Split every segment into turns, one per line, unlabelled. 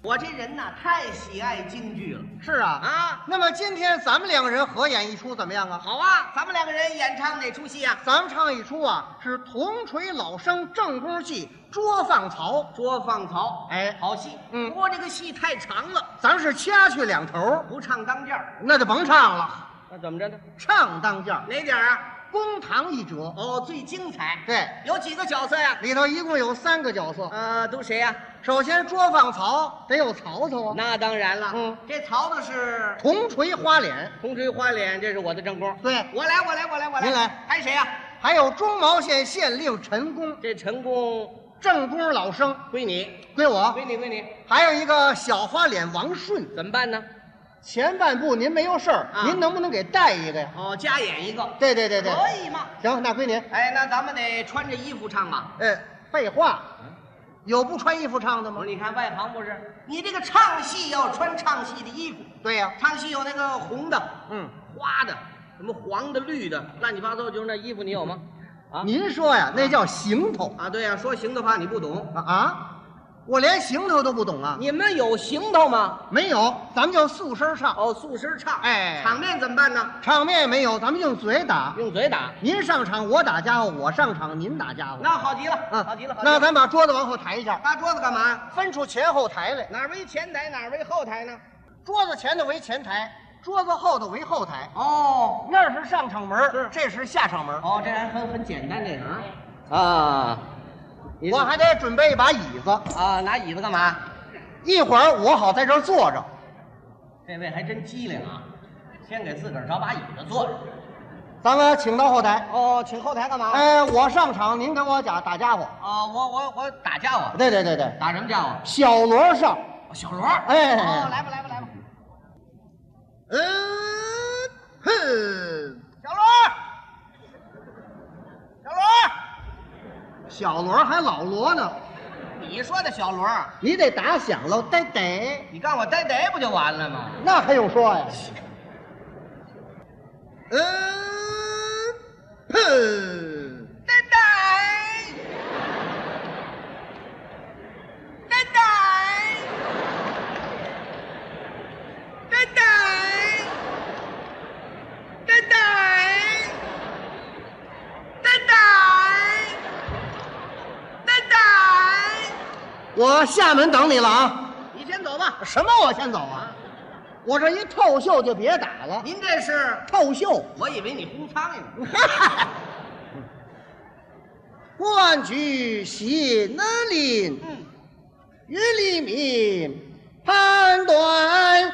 我这人呐，太喜爱京剧了
是啊，
啊！
那么今天咱们两个人合演一出怎么样啊？
好啊，咱们两个人演唱哪出戏啊？
咱们唱一出啊，是铜锤老生正宫戏《捉放曹》，
捉放曹，
哎
好戏。
嗯
不过这个戏太长了，
咱们是掐去两头儿，
不唱当间儿。
那就甭唱了，
那怎么着呢？
唱当间儿，
哪点儿啊？
公堂一折。
哦，最精彩。
对，
有几个角色呀、
里头一共有三个角色。
呃，都谁呀、
首先捉放曹得有曹操啊，
那当然了。
嗯，
这曹操是
铜锤花脸，
铜锤花脸，这是我的正宫。
对
我来，我来，我来，我来。
您来
还谁呀、
还有中毛县县令陈宫，
这陈宫
正宫老生
归你，
归我
归，你，归你。
还有一个小花脸王顺。
怎么办呢？
前半部您没有事儿，
啊
您能不能给带一个呀？
哦，加演一个。
对对对对，
可以吗？
行，那归您。
哎，那咱们得穿着衣服唱吧。
哎，废话，有不穿衣服唱的
我
吗
说，？你看外行不是？你这个唱戏要穿唱戏的衣服，
对呀、
唱戏有那个红的、
嗯，
花的、什么黄的、绿的，乱七八糟，就是那衣服，你有吗？啊
您说呀，那叫行头
啊，对呀、说行头怕你不懂。
啊啊！我连行头都不懂啊？
你们有行头吗？
没有，咱们就素身唱，
哦，素身唱。
哎
场面怎么办呢？
场面也没有，咱们用嘴打。
用嘴打。
您上场我打家伙，我上场您打家伙。
那好极了，
嗯
好极了，好极了
那咱把桌子往后抬一下，
搭桌子干嘛呀？
分出前后台来。
哪儿为前台，哪儿为后台呢？
桌子前头为前台，桌子后头为后台。
哦
那是上场门儿，这是下场门儿。
哦，这还很很简单，这个啊啊，
我还得准备一把椅子，
啊拿椅子干嘛？
一会儿我好在这儿坐着。
这位还真机灵啊，先给自个儿找把椅子坐着。
咱们请到后台。
哦，请后台干嘛？
哎，我上场，您给我打打家伙。
啊，我我我打架我，
对对对对，
打什么架我？
小罗上。
小罗。哎，
哎，
哦，来吧来吧来吧，
嗯，哼，
小罗，小罗，
小罗还老罗呢，
你说的小罗，
你得打响喽，得得，
你告诉我呆呆不就完了吗？
那还用说呀？嗯，哼，
呆呆，呆呆，呆呆，呆呆，呆呆，呆呆。
我下门等你了啊。
你先走吧。
什么？我先走啊？我这一透袖就别打了。
您这是？
透袖，
我以为你轰苍蝇。
万举席南林，
嗯，
与黎民判断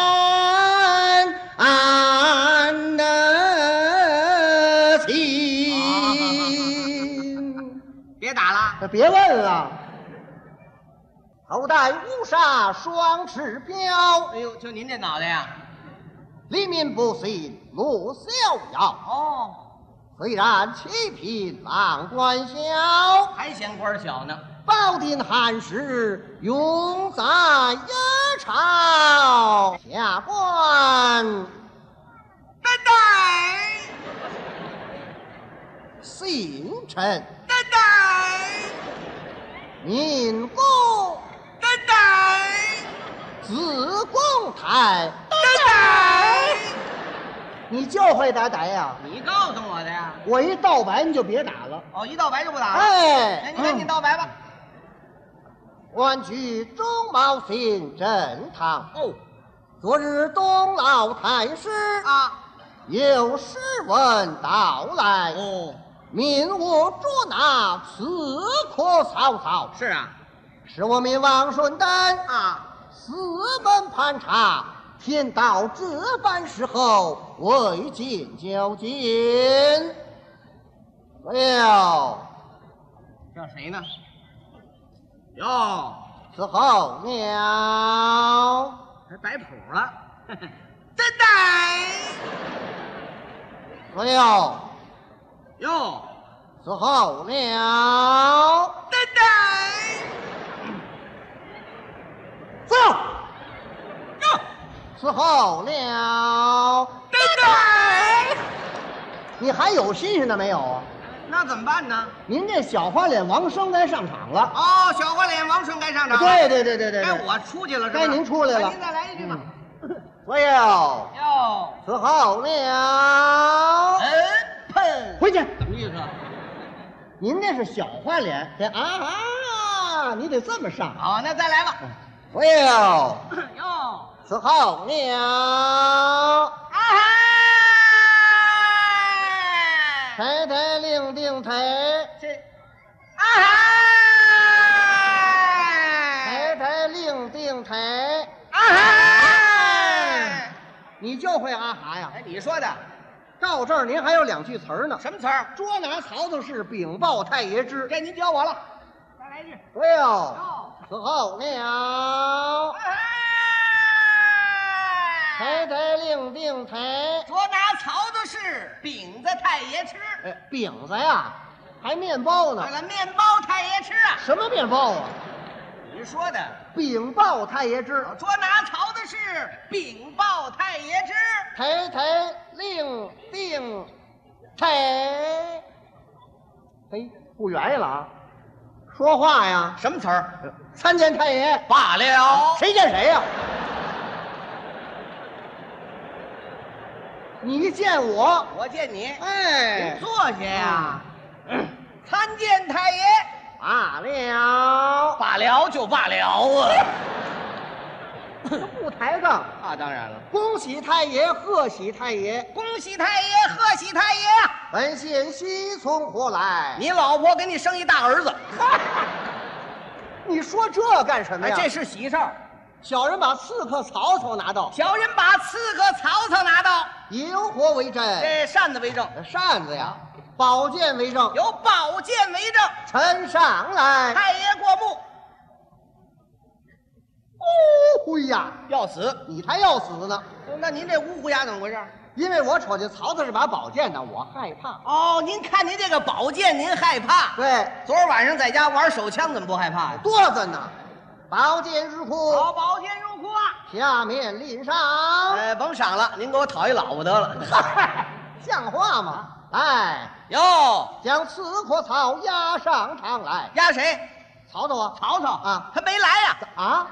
冤案的情。
别打了。
别问了，头戴乌纱双翅标，
哎呦，就您这脑袋呀、
黎民不信路逍遥。
哦，
虽然七品郎官小。
还嫌官小呢。
抱定汉室，永在压朝下官
呆呆。
信臣
呆呆，
民国
呆呆，
自公台，
呆呆。
你就会打打呀！
你告诉我的呀？
我一道白你就别打了。
哦，一到白就不打了。
哎
那，你赶紧道白吧。
万举中茂新正堂，
哦，
昨日东老太师
啊，
有诗文到来，
哦，
民我捉拿此可曹操。
是啊，
使我民王顺丹
啊，
四门盘查，天道至番时候，未尽就尽。了，
叫谁呢？哟，
此后了，
还摆谱 了。呆呆，
了，
哟，
此后了，
呆呆，
走，
哟，
此后了。
呆呆。
你还有新鲜的没有啊？
那怎么办呢？
您这小花脸王生该上场了。
哦，小花脸王生该上场。
对，对对对对，
该
对
我出去了是吧？哎
该您出来
那
了嗯
您再来一句吧。
所有
哟，
伺候了，
嗯，喷，
回去。
什么意思？
啊
您那是小花脸，得啊啊，你得这么上啊。
好，那再来吧。
所有
哟，啊
伺候了，
嗨，
抬抬令定抬，
这，啊嗨哎
抬，抬令定抬，
啊嗨，
你就会啊哈呀。
哎，你说的
到这儿您还有两句词儿呢，
什么词儿？
捉拿曹操是禀报太爷知。
该您教我了。再来一句。
对哦，
哟，
伺候了
啊，嗨，哎
抬抬令定抬。
捉拿曹操是饼子太爷吃，
哎，饼子呀，还面包呢
为？了面包太爷吃啊。
什么面包啊？
你说的。
禀报太爷知。
捉拿曹的是禀报太爷知。
抬抬令定抬。哎，不愿意了啊！说话呀！
什么词儿？
参见太爷。
罢了。
谁见谁呀、你见我，
我见你，
哎
您，坐下呀。参见太爷。
罢了，
罢了就罢了啊！
不抬杠。
啊
那当然了，
恭喜太爷，贺喜太爷，
恭喜太爷，贺喜太爷！啊
本县西从何来？
你老婆给你生一大儿子，
你说这干什么
哎，
呀？
这是喜事儿。
小人把刺客曹操拿到，
小人把刺客曹操拿到，
引火为阵，
这扇子为证，
扇子呀，宝剑为证，
有宝剑为证。
臣上来。
太爷过目，
呜呼呀，
要死！
你才要死呢！
哦那您这乌虎牙怎么回事？
因为我瞅见曹操是把宝剑呢，我害怕。
哦，您看您这个宝剑，您害怕。
对，
昨儿晚上在家玩手枪，怎么不害怕呀？
垛子呢，宝剑入库，
好，宝剑入库啊！
下面临上，
哎，甭赏了，您给我讨一老婆得 了。
哎像话吗？来，
哟，
将刺客曹押上堂来。
压谁？
曹操啊，
曹操
啊
他没来呀、
啊，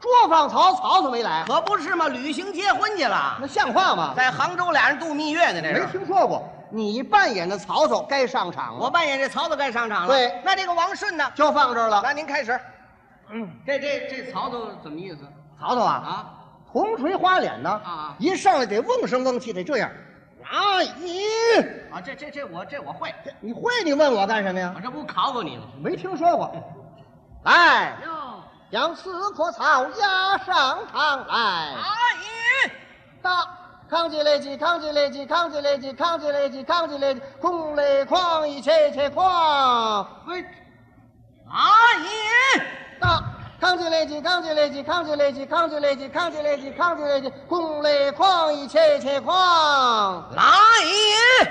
捉放曹，曹操没来，
可不是嘛，旅行结婚去了，
那像话吗？
在杭州俩人度蜜月呢，这
没
是。
听说过。你扮演的曹操该上场了，
我扮演这曹操该上场了。
对
那这个王顺呢？
就放这儿了。
那您开始。
嗯，
这这这曹操怎么意思
曹操啊，
啊？
铜锤花脸呢，
啊
一上来得瓮声瓮气，得这样。啊咦，
啊，这这这我这我会，
你会你问我干什么呀
我？这不考考你吗？
没听说过。来，
哟，
将刺客曹押上堂来。
阿姨，
到，扛起来起，扛起来起，扛起来起，扛起来起，扛起来起，空嘞哐，一切切哐。
喂，阿姨，
到，扛起来起，扛起来起，扛起来起，扛起来起，扛起来起，扛起来起，空嘞哐，一切切哐。
阿姨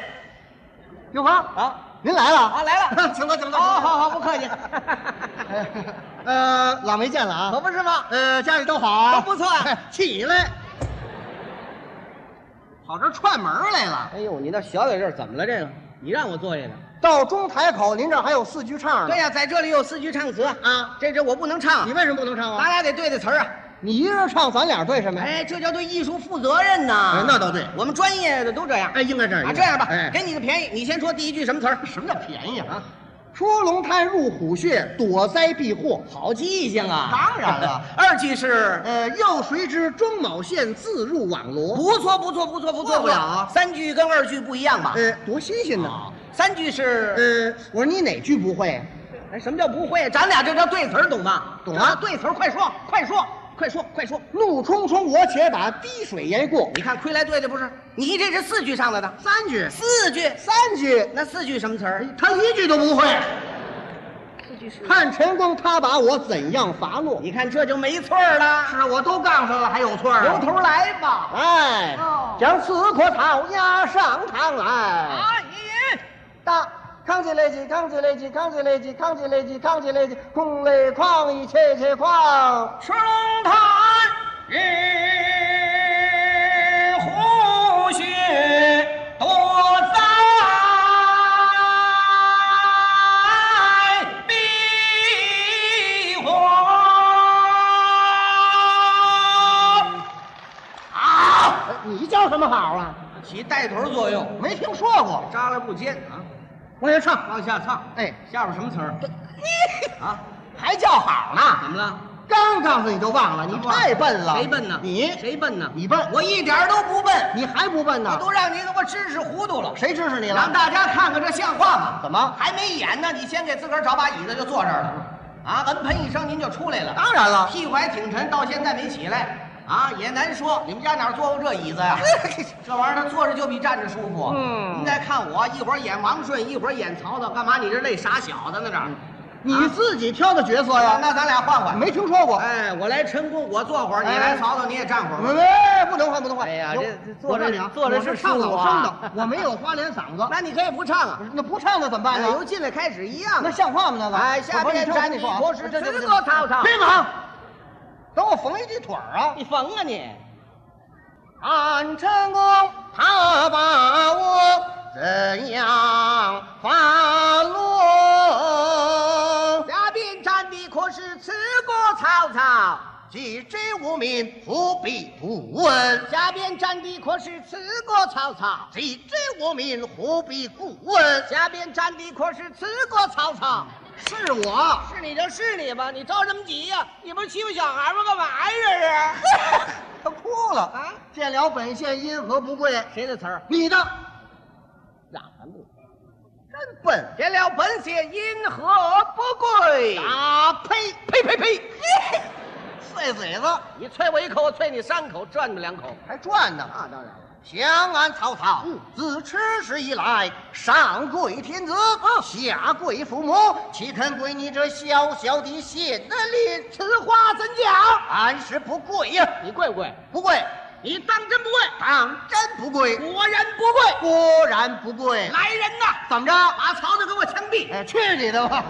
有吗？
啊
您来了哦
啊，来 了，
请坐，请坐。
好好好，不 客气。
呃，老没见了啊，
可不是吗？
呃，家里都好啊，
都不错啊
起来，跑这儿串门儿来了。
哎呦，你倒小点劲儿，怎么了这个？你让我坐下呢？
到中台口，您这儿还有四句唱呢。
对呀、在这里有四句唱词啊，
啊，
这这我不能唱
你，为什么不能唱
咱
啊？
俩得对对词儿啊。
你一人唱，咱俩对什么呀？
哎，这叫对艺术负责任呐
哎。那倒对
我们专业的都这样。
哎，应该这样
啊，这样吧，
哎，
给你个便宜，你先说第一句什么词儿？什么叫便宜啊？
出龙胎入虎穴，躲灾避祸。
好记性啊！
当然了。
二句是
呃，又谁知中卯县自入网罗？
不错，不错，不错，不嗯错，
错不了啊
三句跟二句不一样吧？
呃，多新鲜呢。
啊三句是，
呃，我说你哪句不会？
哎，什么叫不会？咱俩这叫对词儿，懂吗？
懂啊
这叫对词儿，快说，快说，快说，快说。
怒冲冲，我且把滴水淹过。
你看，亏来对的不是？你这是四句上来的，
三句，
四句，
三句，
那四句什么词儿？啊
他一句都不会。看陈宫他把我怎样罚落？
你看这就没错儿了，
是我都杠上了，还有错啊儿
由头来吧。
哎
哦，
将刺客讨押上堂来。
阿姨，
大，扛起来起，扛起来起，扛起来起，扛起来起，扛起来起，空垒哐一切切哐。
生坛日虎穴多灾。
有哎什么好啊？
起带头作用，
没听说过，
扎了不尖啊，
我也唱。
往下唱。
哎
下边什么词儿？ 啊，
还叫好
怎
呢？
么了？
刚告诉你就忘了，你太笨了。
谁笨呢？
你
谁笨呢？
你笨，
我一点儿都不笨，
你还不笨
我
呢？
都啊让你给我支使糊涂了。
谁支持你
让
了？
大家看看这像话吗？
怎么
还没演呢？你先给自个儿找把椅子就坐这儿了，啊，闻喷一声您就出来了。
当然了，
屁股还挺沉，到现在没起来，啊，也难说。你们家哪儿坐过这椅子 呀、这玩意儿它坐着就比站着舒服。
嗯
您再看我，一会儿演王顺，一会儿演曹操，干嘛？你这累傻小子呢？这儿，啊
嗯你自己挑的角色
那
呀，
那咱俩换换。
没听说过。
哎，我来陈宫，我坐会儿；你
哎
来曹操，你也站会儿吧。
哎，不能换，不能换。
哎呀
有
这这
我告
坐着
诉你啊
坐着
我
是
唱
舒服
老
啊
生的，我没有花脸嗓子。
那你可以不唱啊
不，是那不唱那怎么办
哎，由
呢？
进来开始一样
嗯那
啊。
像话吗？那个，
哎，下
我帮你
边
挑
站
你
你
说啊
国师，
这这这
直
这
坐曹操。
别忙，等我缝一句腿儿啊！
你缝啊你！
安成功，他把我怎样发落？
下边站你可是吃过曹操？
既知无名，何必不问？
下边站的可是吃过曹操？
既知无名，何必故问？
下边站的可是吃过曹操？
是我，
是你就是你吧，你着什么急呀、你不是欺负小孩吗？干嘛呀这是？
他哭了
啊！
见了本县因何不跪？
谁的词儿？
你的
嚷什么？
真笨！
见了本县因何不跪
啊呸！
呸呸呸！
碎嘴子
你啐我一口，我啐你三口，转你们两口。
还转呢！
那当然了。
降安曹操，
嗯
自吃时以来，上跪天子，
啊
下跪父母，岂肯跪你这小小的县里？
此话怎讲？
俺是不跪呀，
你跪不跪？
不跪，
你当真不跪？
当真不跪，
果然不跪。
果然不跪。
嗯来人呐！
怎么着？
把曹操给我枪毙！
哎，去你的吧！